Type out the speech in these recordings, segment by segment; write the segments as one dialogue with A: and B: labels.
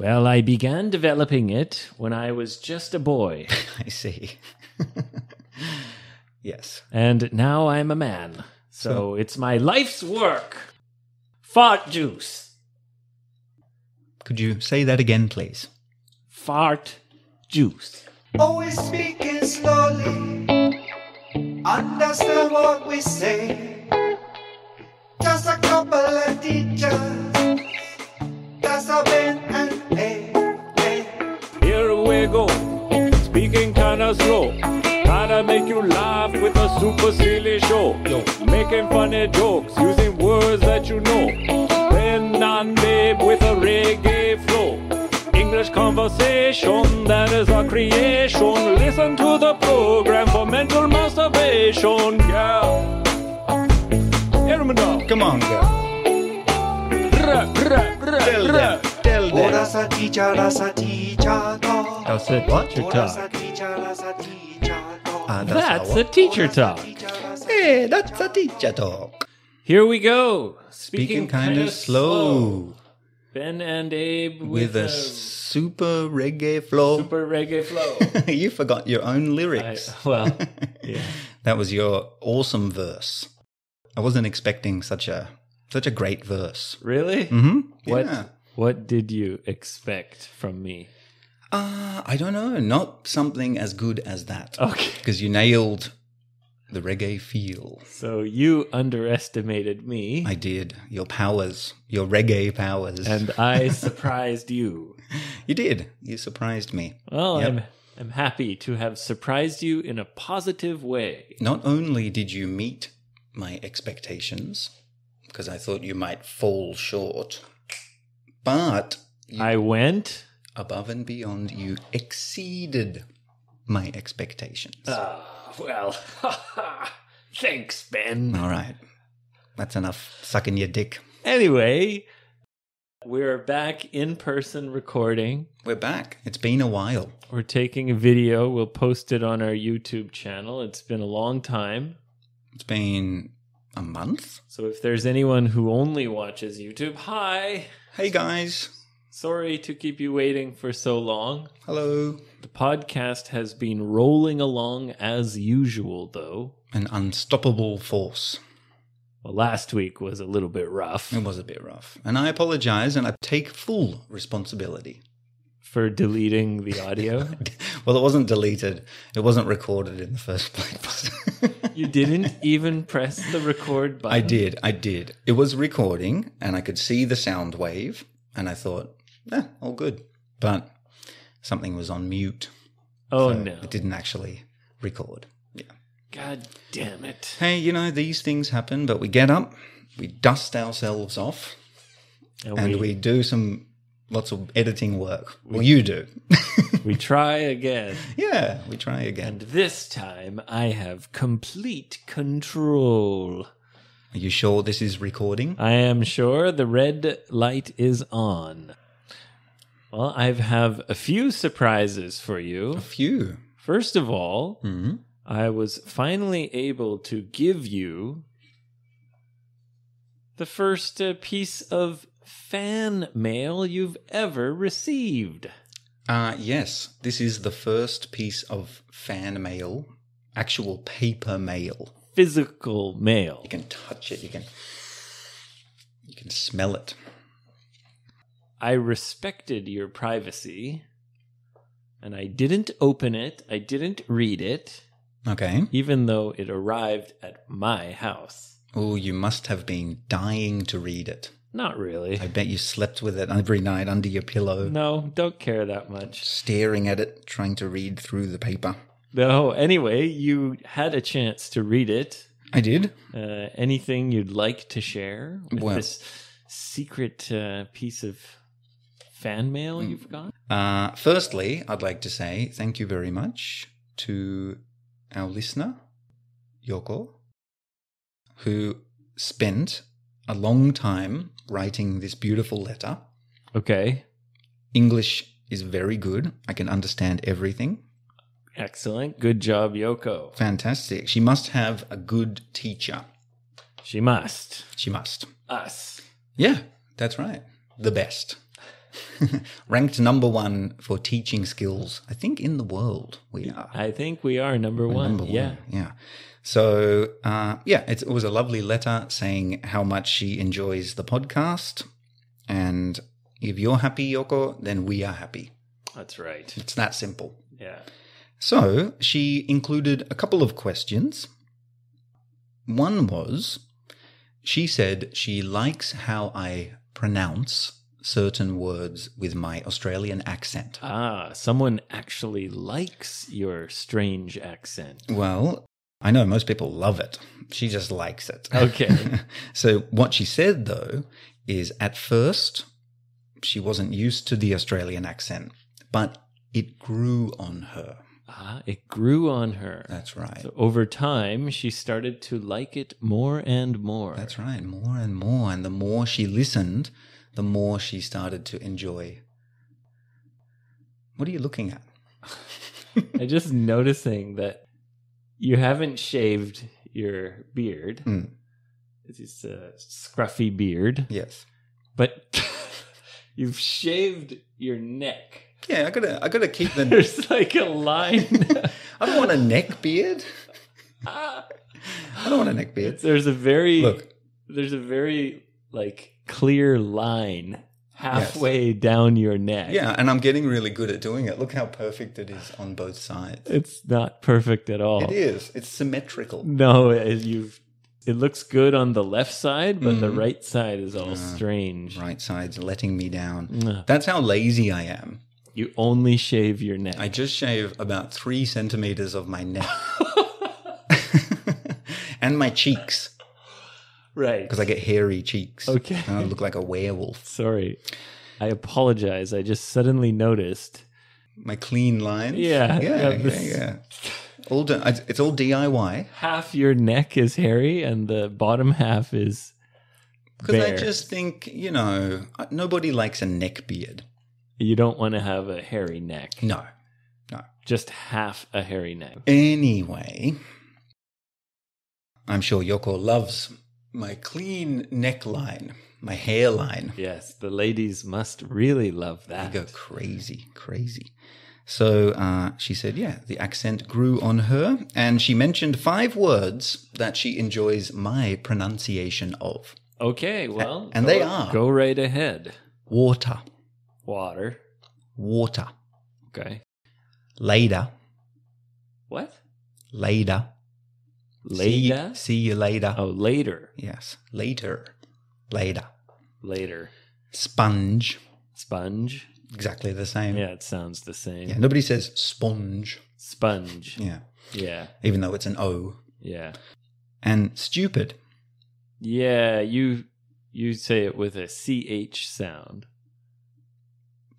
A: Well, I began developing it when I was just a boy,
B: I see. yes.
A: and now I'm a man. So, it's my life's work. Fart juice.
B: Could you say that again, please?
A: Fart juice.
C: Always speaking slowly. Understand what we say. Just a couple of teachers. That's a Ben and A.
D: Here we go, speaking kinda slow. Kinda make you laugh with a super silly show. Making funny jokes using words that you know. Ben and babe with a reggae flow. English conversation, that is our creation. Listen to the program for mental masturbation. Yeah. Hear me now.
B: Come on, girl.
D: Brr, brr, brr,
B: Tell
D: brr.
B: them. Tell
C: Oh,
B: them.
C: that's a teacher, that's a teacher, no.
B: That's it. What you
C: Oh, that's a
B: talk?
C: teacher, that's a teacher, Oh, no.
B: Ah,
A: That's,
B: our-
A: a teacher talk.
B: Hey, that's a teacher talk.
A: Here we go.
B: Speaking
A: kinda
B: kind of slow,
A: Ben and Abe with,
B: with
A: a
B: a super reggae flow.
A: super reggae flow.
B: you forgot your own
A: I,
B: lyrics.
A: well, yeah.
B: That was your awesome verse. I wasn't expecting such a such a great verse.
A: Really?
B: Hmm?
A: What
B: Yeah.
A: What did you expect from me?
B: Uh, I don't know. Not something as good as that.
A: Okay.
B: Because you nailed the reggae feel.
A: So you underestimated me,
B: I did. Your powers, your reggae powers.
A: and I surprised you.
B: you did. You surprised me.
A: Well,
B: Yep.
A: I'm I'm happy to have surprised you in a positive way.
B: Not only did you meet my expectations, because I thought you might fall short, but
A: I went.
B: above and beyond, you exceeded my expectations.
A: Ah, well, thanks, Ben.
B: All right. That's enough sucking your dick.
A: Anyway, we're back in person recording.
B: We're back. It's been a while.
A: We're taking a video. We'll post it on our YouTube channel. It's been a long time.
B: It's been a month.
A: So if there's anyone who only watches YouTube, hi.
B: Hey guys.
A: Sorry to keep you waiting for so long.
B: Hello.
A: The podcast has been rolling along as usual, though.
B: An unstoppable force.
A: Well, last week was a little bit rough
B: It was a bit rough. And I apologize and I take full responsibility.
A: for deleting the audio.
B: Well, it wasn't deleted, it wasn't recorded in the first place.
A: you didn't even press the record button.
B: I did. I did. It was recording and I could see the sound wave and I thought, eh, all good. But something was on mute.
A: Oh,
B: so
A: no.
B: It didn't actually record.
A: God damn it.
B: Hey, you know, these things happen, but we get up, we dust ourselves off,
A: And,
B: and
A: we,
B: we do some lots of editing work. well, you do.
A: we try again.
B: yeah, we try again.
A: And this time I have complete control.
B: Are you sure this is recording?
A: I am sure the red light is on. Well, I have a few surprises for you.
B: A few.
A: First of all,
B: hmm
A: I was finally able to give you the first uh, piece of fan mail you've ever received.
B: Uh, yes, this is the first piece of fan mail, actual paper mail.
A: Physical mail.
B: You can touch it. You can you can smell it.
A: I respected your privacy and I didn't open it, I didn't read it,
B: Okay.
A: even though it arrived at my house.
B: Oh, you must have been dying to read it.
A: Not really.
B: I bet you slept with it every night under your pillow,
A: No, don't care that much.
B: staring at it, trying to read through the paper.
A: No, anyway, you had a chance to read it.
B: I did.
A: Uh, anything you'd like to share with
B: Well-
A: this secret uh, piece of fan mail
B: Mm.
A: you've got?
B: Uh, firstly, I'd like to say thank you very much to our listener, Yoko, who spent a long time writing this beautiful letter.
A: Okay,
B: English is very good. I can understand everything.
A: excellent. Good job, Yoko.
B: Fantastic. She must have a good teacher.
A: She must.
B: She must.
A: Us.
B: Yeah, that's right. The best. Ranked number one for teaching skills, I think, in the world. We are.
A: I think we are number
B: We're
A: one.
B: number
A: yeah.
B: one. Yeah. So, uh, yeah, it's, it was a lovely letter saying how much she enjoys the podcast. And if you're happy, Yoko, then we are happy.
A: That's right.
B: It's that simple.
A: Yeah.
B: So she included a couple of questions. One was she said she likes how I pronounce certain words with my Australian accent.
A: Ah, someone actually likes your strange accent.
B: Well, I know most people love it. She just likes it.
A: Okay.
B: so what she said though is at first she wasn't used to the Australian accent, but it grew on her.
A: ah, it grew on her.
B: That's right.
A: So over time, she started to like it more and more.
B: That's right, more and more. And the more she listened, the more she started to enjoy. What are you looking at?
A: I just noticing that you haven't shaved your beard.
B: Mm.
A: It's just a scruffy beard,
B: Yes.
A: but you've shaved your neck.
B: Yeah, I gotta, I gotta keep the.
A: There's like a line.
B: I don't want a neck beard.
A: Ah.
B: I don't want a neck beard.
A: There's a very
B: Look.
A: There's a very like clear line halfway down your neck.
B: Yeah, and I'm getting really good at doing it. Look how perfect it is on both sides.
A: It's not perfect at all.
B: It is. It's symmetrical.
A: No, as you've it looks good on the left side, but the
B: Mhm.
A: right side is all strange.
B: Right side's letting me down.
A: Ugh.
B: That's how lazy I am.
A: You only shave your neck.
B: I just shave about three centimeters of my neck and my cheeks.
A: right.
B: because I get hairy cheeks.
A: Okay.
B: And I look like a werewolf.
A: Sorry. I apologize. I just suddenly noticed.
B: My clean lines.
A: Yeah,
B: Yeah.
A: yeah,
B: Yeah.
A: this-
B: yeah. All di- it's it's all DIY
A: Half your neck is hairy and the bottom half is
B: because I
A: Bare.
B: just think you know I- nobody likes a neck beard.
A: you don't want to have a hairy neck.
B: No.
A: Just half a hairy neck.
B: Anyway, I'm sure Yoko loves my clean neckline, my hairline.
A: Yes, the ladies must really love
B: I
A: that.
B: go crazy, crazy. So uh, she said, yeah, the accent grew on her, and she mentioned five words that she enjoys my pronunciation of
A: Okay, well,
B: and
A: go-
B: they are.
A: go right ahead.
B: water,
A: Water.
B: water,
A: Okay.
B: later,
A: What?
B: later, See,
A: Later.
B: you- see you later.
A: Oh, later.
B: Yes, later, later.
A: Later.
B: Sponge,
A: Sponge.
B: exactly the same.
A: Yeah, it sounds the same.
B: Yeah, nobody says sponge.
A: Sponge.
B: Yeah,
A: Yeah.
B: even though it's an O.
A: Yeah.
B: And stupid,
A: Yeah, you you say it with a ch sound,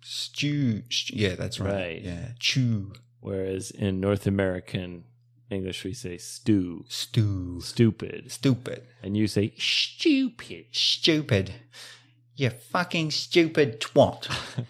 B: stew. stu- yeah, that's right.
A: Right.
B: Yeah, chew,
A: whereas in North American English we say stew,
B: stew,
A: stupid,
B: stupid.
A: and you say stupid.
B: Stupid. You fucking stupid twat.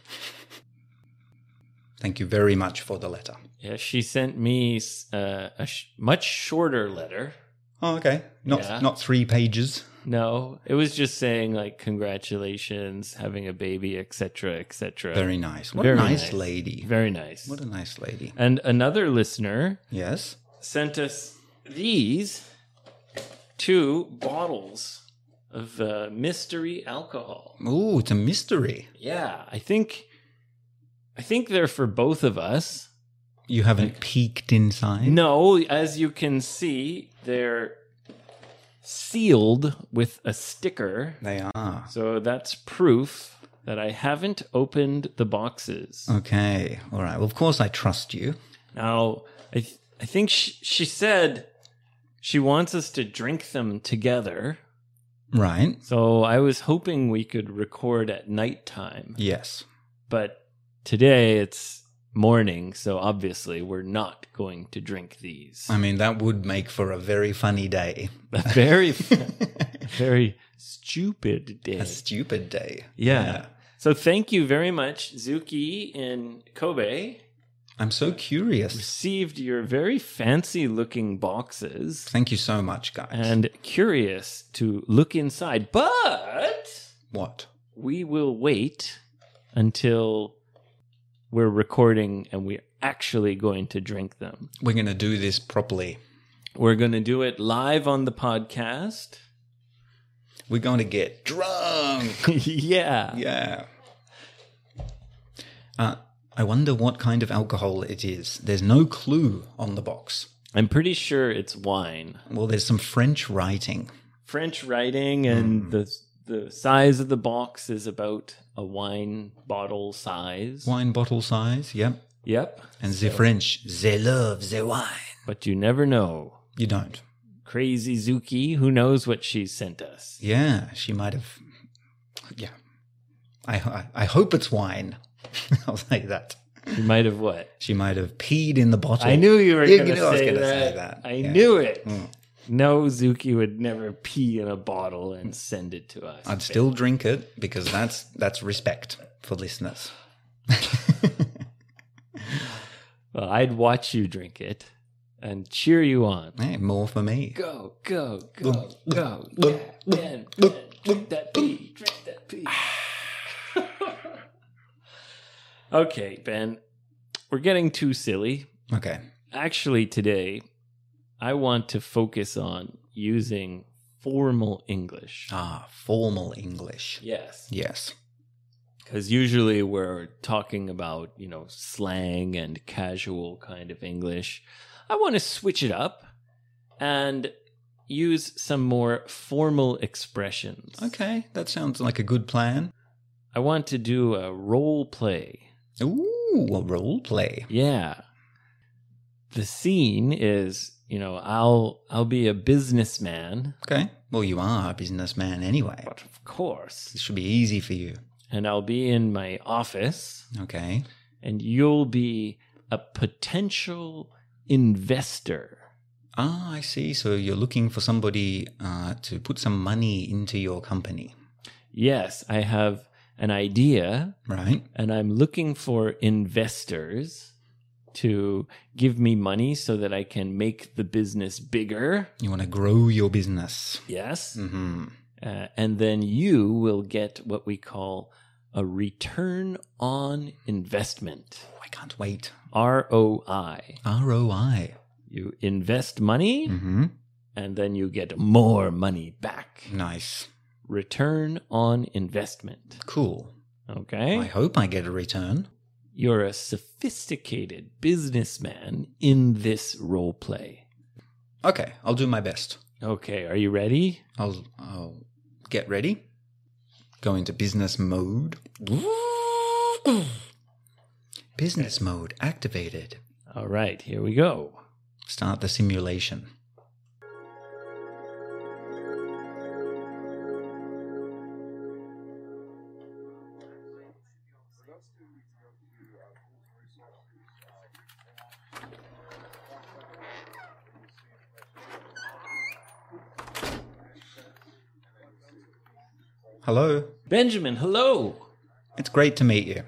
B: Thank you very much for the letter.
A: Yeah, she sent me uh, a sh- much shorter letter.
B: Oh, okay. Not
A: Yeah.
B: not three pages.
A: No, it was just saying like congratulations, having a baby, etc., etc.
B: Very nice. What
A: Very
B: a
A: nice.
B: nice, lady.
A: very nice.
B: What a nice lady.
A: and another listener
B: Yes.
A: sent us these two bottles of uh, mystery alcohol.
B: Ooh, it's a mystery.
A: Yeah, I think I think they're for both of us.
B: You haven't peeked inside.
A: No, as you can see, they're sealed with a sticker.
B: They are.
A: So that's proof that I haven't opened the boxes.
B: Uh. Okay. All right. Well, of course I trust you.
A: Now, I th- I think she, she said she wants us to drink them together.
B: Right.
A: So I was hoping we could record at nighttime,
B: Yes.
A: but today it's morning, so obviously we're not going to drink these.
B: I mean, that would make for a very funny day.
A: a very, very stupid day.
B: a stupid day.
A: yeah. So thank you very much, Zuki in Kobe.
B: I'm so curious.
A: Received your very fancy looking boxes
B: Thank you so much, guys.
A: and curious to look inside, but
B: what?
A: we will wait until we're recording and we're actually going to drink them.
B: We're going to do this properly.
A: We're going to do it live on the podcast.
B: We're going to get drunk.
A: yeah.
B: Yeah. Uh, I wonder what kind of alcohol it is. There's no clue on the box.
A: I'm pretty sure it's wine.
B: Well, there's some French writing.
A: French writing and the the size of the box is about a wine bottle size.
B: Wine bottle size, yep.
A: Yep.
B: And the French, they love the wine.
A: But you never know.
B: You don't.
A: Crazy Zuki, who knows what she sent us?
B: Yeah, she might have. Yeah. I, I, I hope it's wine. I'll say that.
A: You might have what?
B: She might have peed in the bottle.
A: I knew you were
B: You
A: going to
B: knew I was
A: say,
B: gonna
A: that.
B: say that.
A: I
B: Yeah.
A: knew it.
B: Mm.
A: No, Zuki would never pee in a bottle and send it to us.
B: I'd still drink it because that's that's respect for listeners.
A: Well, I'd watch you drink it and cheer you on.
B: Hey, more for me.
A: Go, go, go, go. Yeah, Ben, Ben, drink that pee, drink that pee. okay, Ben, we're getting too silly.
B: Okay.
A: Actually, today, I want to focus on using formal English.
B: Ah, formal English.
A: Yes.
B: Yes.
A: Because usually we're talking about, you know, slang and casual kind of English. I want to switch it up and use some more formal expressions.
B: Okay, that sounds like a good plan.
A: I want to do a role play.
B: Ooh, a role play.
A: Yeah. The scene is, you know, I'll I'll be a businessman,
B: Okay. Well, you are a businessman anyway.
A: but of course.
B: This should be easy for you.
A: And I'll be in my office
B: Okay.
A: and you'll be a potential investor.
B: Ah, I see. So you're looking for somebody uh, to put some money into your company,
A: Yes, I have an idea
B: right?
A: and I'm looking for investors to give me money so that I can make the business bigger.
B: You want to grow your business.
A: Yes.
B: hmm
A: Uh, and then you will get what we call a return on investment
B: Oh, I can't wait.
A: ROI.
B: ROI.
A: You invest money
B: hmm
A: and then you get more money back.
B: Nice.
A: Return on investment.
B: Cool.
A: Okay.
B: I hope I get a return.
A: You're a sophisticated businessman in this role play.
B: Okay, I'll do my best.
A: Okay, are you ready?
B: I'll I'll get ready. Go into business mode. Business mode activated.
A: All right, here we go.
B: Start the simulation. Hello.
A: Benjamin, hello.
B: It's great to meet you.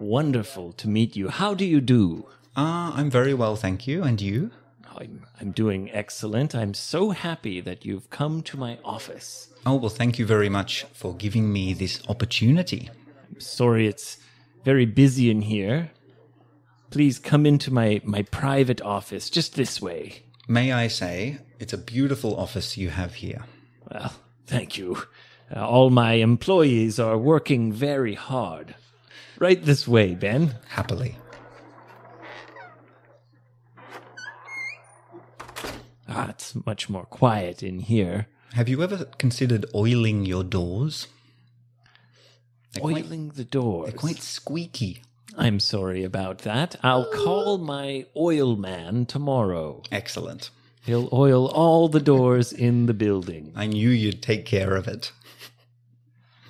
A: Wonderful to meet you. How do you do?
B: Ah, I'm very well, thank you. And you?
A: I'm, I'm doing excellent. I'm so happy that you've come to my office.
B: Oh, well, thank you very much for giving me this opportunity.
A: I'm sorry it's very busy in here. Please come into my, my private office just this way.
B: May I say, it's a beautiful office you have here.
A: Well, thank you. Uh, all my employees are working very hard. Right this way, Ben.
B: Happily.
A: Ah, it's much more quiet in here.
B: Have you ever considered oiling your doors? They're quite,
A: Oiling the doors.
B: they're quite squeaky.
A: I'm sorry about that. I'll call my oil man tomorrow.
B: Excellent.
A: He'll oil all the doors in the building.
B: I knew you'd take care of it.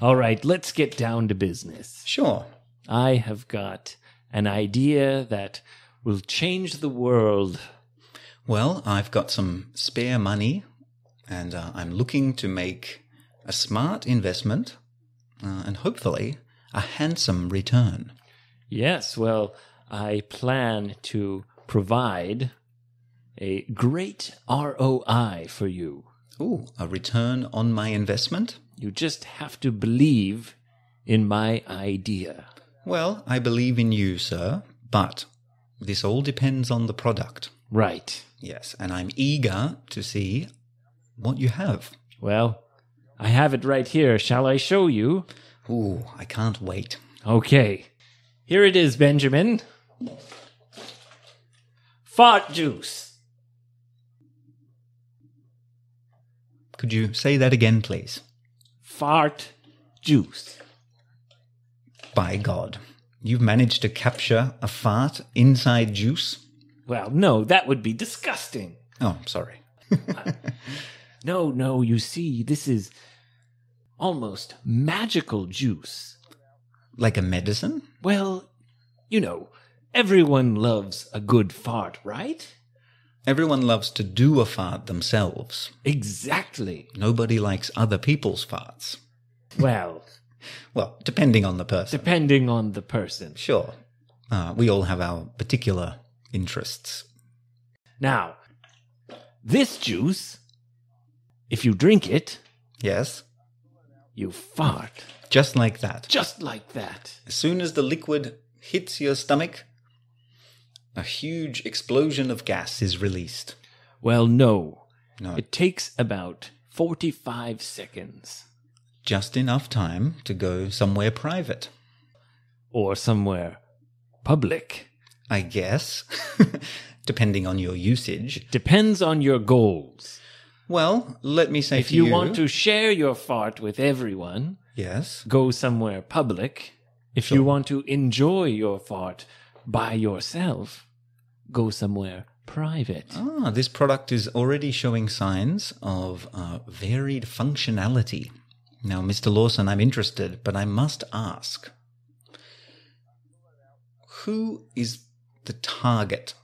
A: All right, let's get down to business.
B: Sure.
A: I have got an idea that will change the world.
B: Well, I've got some spare money and uh, I'm looking to make a smart investment uh, and hopefully a handsome return.
A: Yes, well, I plan to provide a great ROI for you.
B: Ooh, a return on my investment?
A: You just have to believe in my idea.
B: Well, I believe in you, sir, but this all depends on the product.
A: Right.
B: Yes, and I'm eager to see what you have.
A: Well, I have it right here. Shall I show you?
B: Ooh, I can't wait.
A: Okay. Here it is, Benjamin. Fart juice.
B: Could you say that again, please?
A: Fart juice.
B: By God, you've managed to capture a fart inside juice?
A: Well, no, that would be disgusting.
B: Oh, sorry.
A: No, no, you see, this is almost magical juice.
B: Like a medicine?
A: Well, you know, everyone loves a good fart, right?
B: Everyone loves to do a fart themselves.
A: Exactly.
B: Nobody likes other people's farts.
A: Well,
B: Well, depending on the person.
A: depending on the person.
B: sure. Uh, we all have our particular interests.
A: Now, this juice, if you drink it,
B: Yes?
A: you fart
B: Just like that.
A: just like that.
B: As soon as the liquid hits your stomach, a huge explosion of gas is released.
A: Well, no.
B: No,
A: It takes about 45 seconds
B: just enough time to go somewhere private.
A: or somewhere public.
B: I guess, depending on your usage.
A: Depends on your goals.
B: Well, let me say
A: If
B: to
A: you want to share your fart with everyone,
B: yes,
A: go somewhere public. If you want to enjoy your fart by yourself, go somewhere private.
B: ah, this product is already showing signs of uh, varied functionality. Now, Mr. Lawson, I'm interested, but I must ask: Who is the target?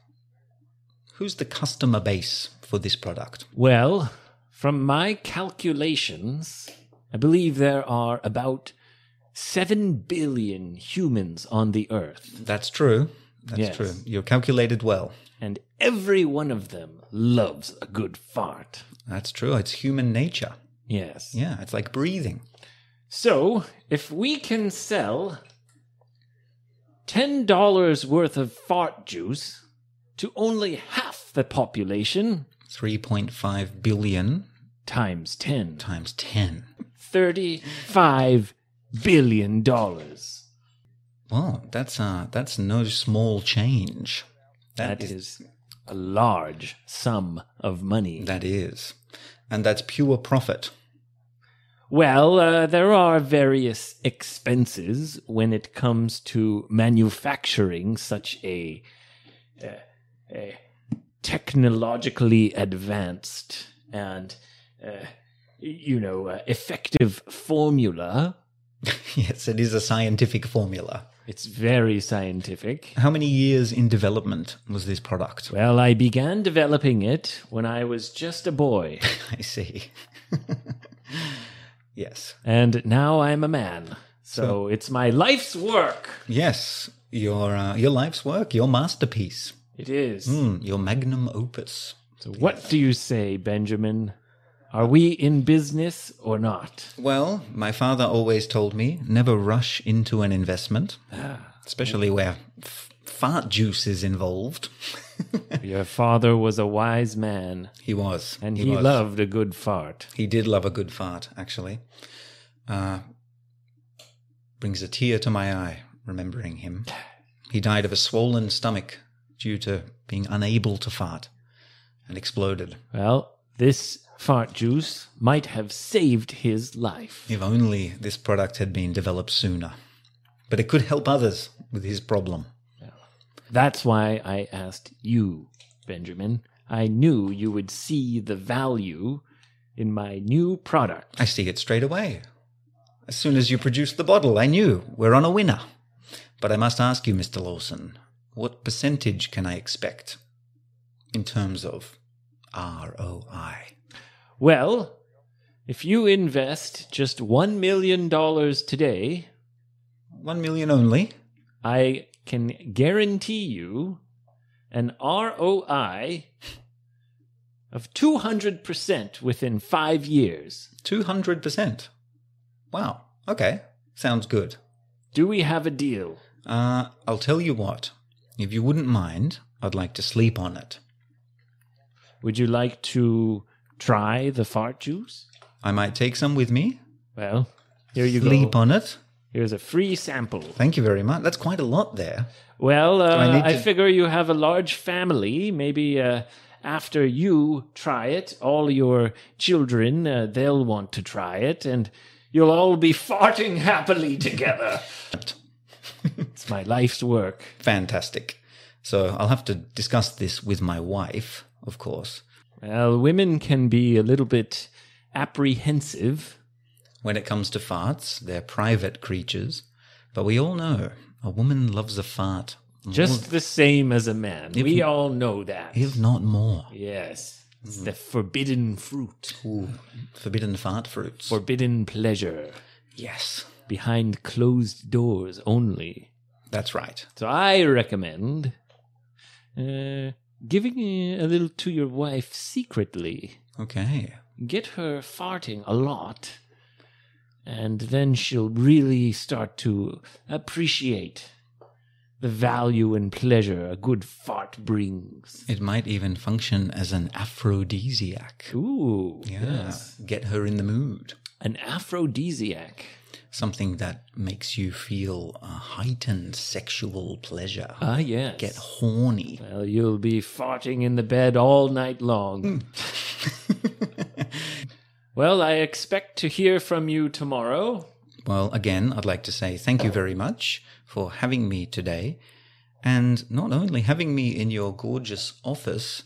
B: Who's the customer base for this product?
A: Well, from my calculations, I believe there are about 7 billion humans on the earth,
B: That's true. That's
A: Yes.
B: true. You're calculated well.
A: and every one of them loves a good fart.
B: That's true. It's human nature.
A: Yes.
B: Yeah, it's like breathing.
A: So, if we can sell $10 worth of fart juice to only half the population,
B: 3.5 billion
A: times 10,
B: times 10.
A: $35 billion. dollars.
B: Wow, that's uh that's no small change.
A: That is a large sum of money.
B: that is. And that's pure profit.
A: Well, uh, there are various expenses when it comes to manufacturing such a, uh, a technologically advanced and, uh, you know, uh, effective formula.
B: yes, it is a scientific formula.
A: It's very scientific.
B: How many years in development was this product?
A: Well, I began developing it when I was just a boy,
B: I see. yes.
A: and now I'm a man. So it's my life's work.
B: Yes, your uh, your life's work, your masterpiece,
A: It is.
B: Hmm, your magnum opus.
A: So, what do you say, Benjamin? Are we in business or not?
B: Well, my father always told me never rush into an investment,
A: Ah.
B: especially where f- fart juice is involved.
A: Your father was a wise man,
B: He was,
A: and he,
B: was.
A: loved a good fart.
B: He did love a good fart, actually. Uh, brings a tear to my eye remembering him. He died of a swollen stomach due to being unable to fart, and exploded.
A: Well, this fart juice might have saved his life.
B: If only this product had been developed sooner, but it could help others with his problem.
A: That's why I asked you, Benjamin. I knew you would see the value in my new product.
B: I see it straight away. As soon as you produced the bottle, I knew we're on a winner. But I must ask you, Mr. Lawson, what percentage can I expect in terms of ROI?
A: Well, if you invest just $1 million today,
B: One million only?
A: I can guarantee you an ROI of 200% within five years.
B: 200%. Wow. Okay. Sounds good.
A: Do we have a deal?
B: Uh, I'll tell you what. If you wouldn't mind, I'd like to sleep on it.
A: Would you like to try the fart juice?
B: I might take some with me.
A: Well, here you
B: sleep
A: go.
B: on it.
A: Here's a free sample.
B: Thank you very much. That's quite a lot there.
A: Well, uh,
B: I
A: I,
B: need to-
A: figure you have a large family. Maybe uh, after you try it, all your children uh, they'll want to try it, and you'll all be farting happily together. it's my life's work.
B: Fantastic. So I'll have to discuss this with my wife, of course.
A: Well, women can be a little bit apprehensive.
B: When it comes to farts, they're private creatures. But we all know a woman loves a fart.
A: Just the same as a man. we all know that.
B: If not more.
A: Yes. It's the forbidden fruit,
B: Ooh, forbidden fart fruits.
A: forbidden pleasure,
B: yes,
A: behind closed doors only.
B: that's right.
A: So I recommend uh, giving uh, a little to your wife secretly.
B: Okay.
A: Get her farting a lot, and then she'll really start to appreciate the value and pleasure a good fart brings.
B: It might even function as an aphrodisiac.
A: Ooh,
B: Yeah. Get her in the mood.
A: an aphrodisiac.
B: Something that makes you feel a heightened sexual pleasure.
A: Ah, yes.
B: Get horny.
A: well, you'll be farting in the bed all night long. well, I expect to hear from you tomorrow.
B: Well, again, I'd like to say thank you very much for having me today. And not only having me in your gorgeous office,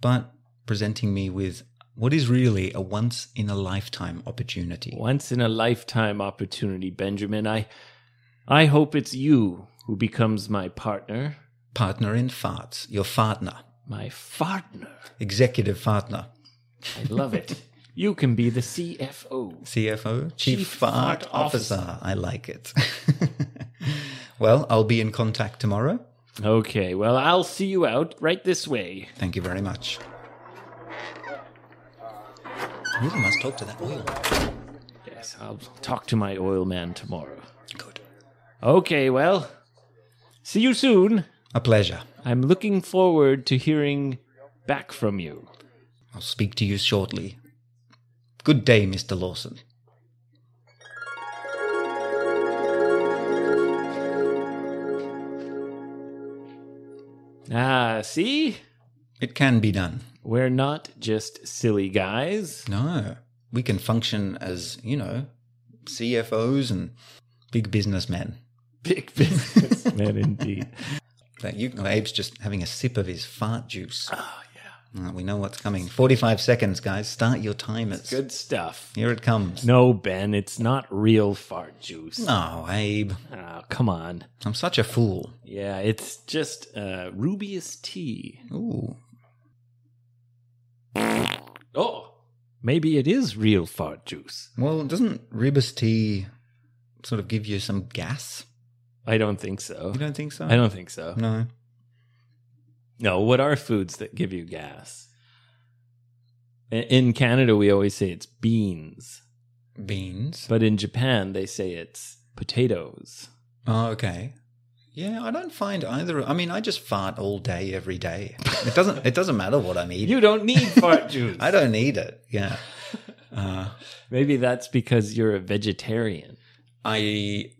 B: but presenting me with what is really a once in a lifetime opportunity.
A: Once in a lifetime opportunity, Benjamin. I I hope it's you who becomes my partner,
B: Partner in farts, your fartner,
A: my fartner.
B: executive fartner,
A: I love it. you can be the CFO.
B: CFO, chief,
A: Chief
B: fart,
A: Fart
B: officer. I like it. well, I'll be in contact tomorrow.
A: Okay, well, I'll see you out right this way.
B: Thank you very much. I really must talk to that oil.
A: Yes, I'll talk to my oil man tomorrow.
B: Good.
A: Okay, well, see you soon.
B: A pleasure.
A: I'm looking forward to hearing back from you.
B: I'll speak to you shortly. Good day, Mr. Lawson.
A: Ah, see?
B: It can be done.
A: We're not just silly guys.
B: No, we can function as, you know, CFOs and big businessmen.
A: Big businessmen, indeed.
B: That you, oh, Abe's just having a sip of his fart juice. Oh,
A: Ah,
B: yeah. we know what's coming. 45 seconds, guys. Start your timers.
A: Good stuff.
B: Here it comes.
A: No, Ben, it's not real fart juice.
B: Oh, Abe.
A: Oh, come on.
B: I'm such a fool.
A: Yeah, it's just uh, Rubius tea.
B: Ooh.
A: Oh, maybe it is real fart juice.
B: Well, doesn't ribis tea sort of give you some gas?
A: I don't think so.
B: You don't think so?
A: I don't think so.
B: No.
A: No, what are foods that give you gas? I- In Canada, we always say it's beans,
B: Beans.
A: but in Japan, they say it's potatoes.
B: Oh, okay. Yeah, I don't find either. I mean, I just fart all day, every day. It doesn't. it doesn't matter what I'm eating.
A: You don't need fart juice.
B: I don't need it. Yeah. Uh,
A: Maybe that's because you're a vegetarian.
B: I.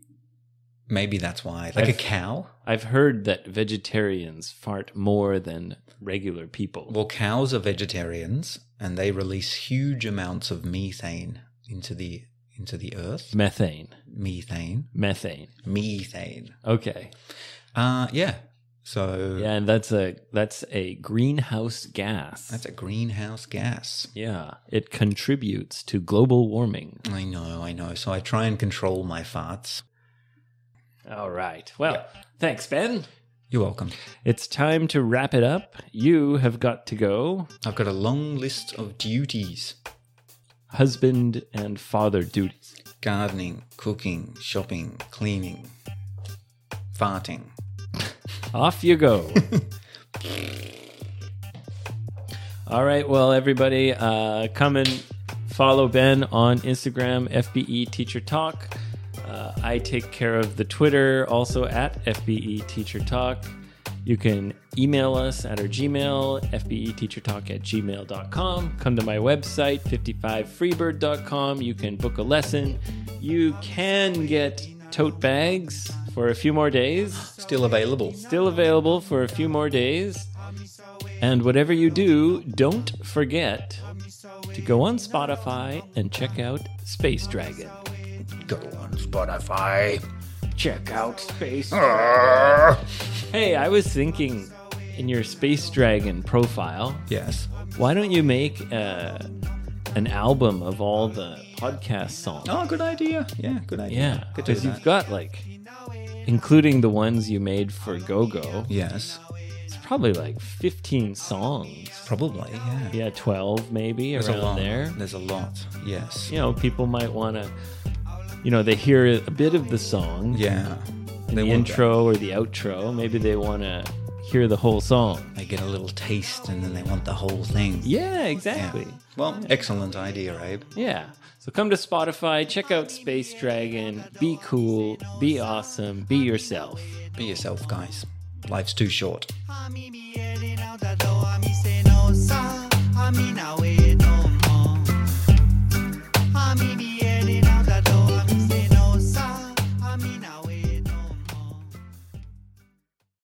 B: Maybe that's why. Like a
A: I've-
B: cow.
A: I've heard that vegetarians fart more than regular people.
B: Well, cows are vegetarians, and they release huge amounts of methane into the into the earth.
A: methane.
B: Methane.
A: Methane.
B: Methane.
A: Okay.
B: Uh yeah. So
A: Yeah, and that's a that's a greenhouse gas.
B: that's a greenhouse gas.
A: yeah, it contributes to global warming.
B: I know. I know. So I try and control my farts.
A: All right. Well, thanks, Ben.
B: You're welcome.
A: It's time to wrap it up. You have got to go.
B: I've got a long list of duties
A: Husband and father duties.
B: gardening, cooking, shopping, cleaning, farting.
A: Off you go. All right, well, everybody, uh, come and follow Ben on Instagram, FBE Teacher E Talk. Uh, I take care of the Twitter, also at FBE Teacher Talk. You can email us at our Gmail, fbeteachertalk at gmail.com. Come to my website, 55freebird.com. You can book a lesson. You can get tote bags for a few more days
B: Still available.
A: still available for a few more days. And whatever you do, don't forget to go on Spotify and check out Space Dragon.
B: Go on Spotify.
A: Check out Space. Hey, I was thinking in your Space Dragon profile,
B: Yes.
A: why don't you make uh, an album of all the podcast songs?
B: Oh, good idea. Yeah, good
A: Yeah,
B: idea. Good to do
A: because you've
B: that.
A: got like, including the ones you made for Go Go,
B: Yes.
A: it's probably like 15 songs.
B: Probably. Yeah.
A: Yeah, 12 maybe
B: There's a
A: around
B: lot.
A: there.
B: There's a lot. Yes.
A: You know, people might want to, you know, they hear a bit of the song,
B: Yeah.
A: in
B: They
A: the
B: want that.
A: intro or the outro. Maybe they want to hear the whole song.
B: They get a little taste and then they want the whole thing.
A: Yeah,
B: Yeah.
A: exactly.
B: Well, excellent idea, Abe.
A: Yeah. So come to Spotify, check out Space Dragon, be cool, be awesome, be yourself.
B: Be yourself, guys. Life's too short.
E: 「はみみえりなうだどあみせのさあみなお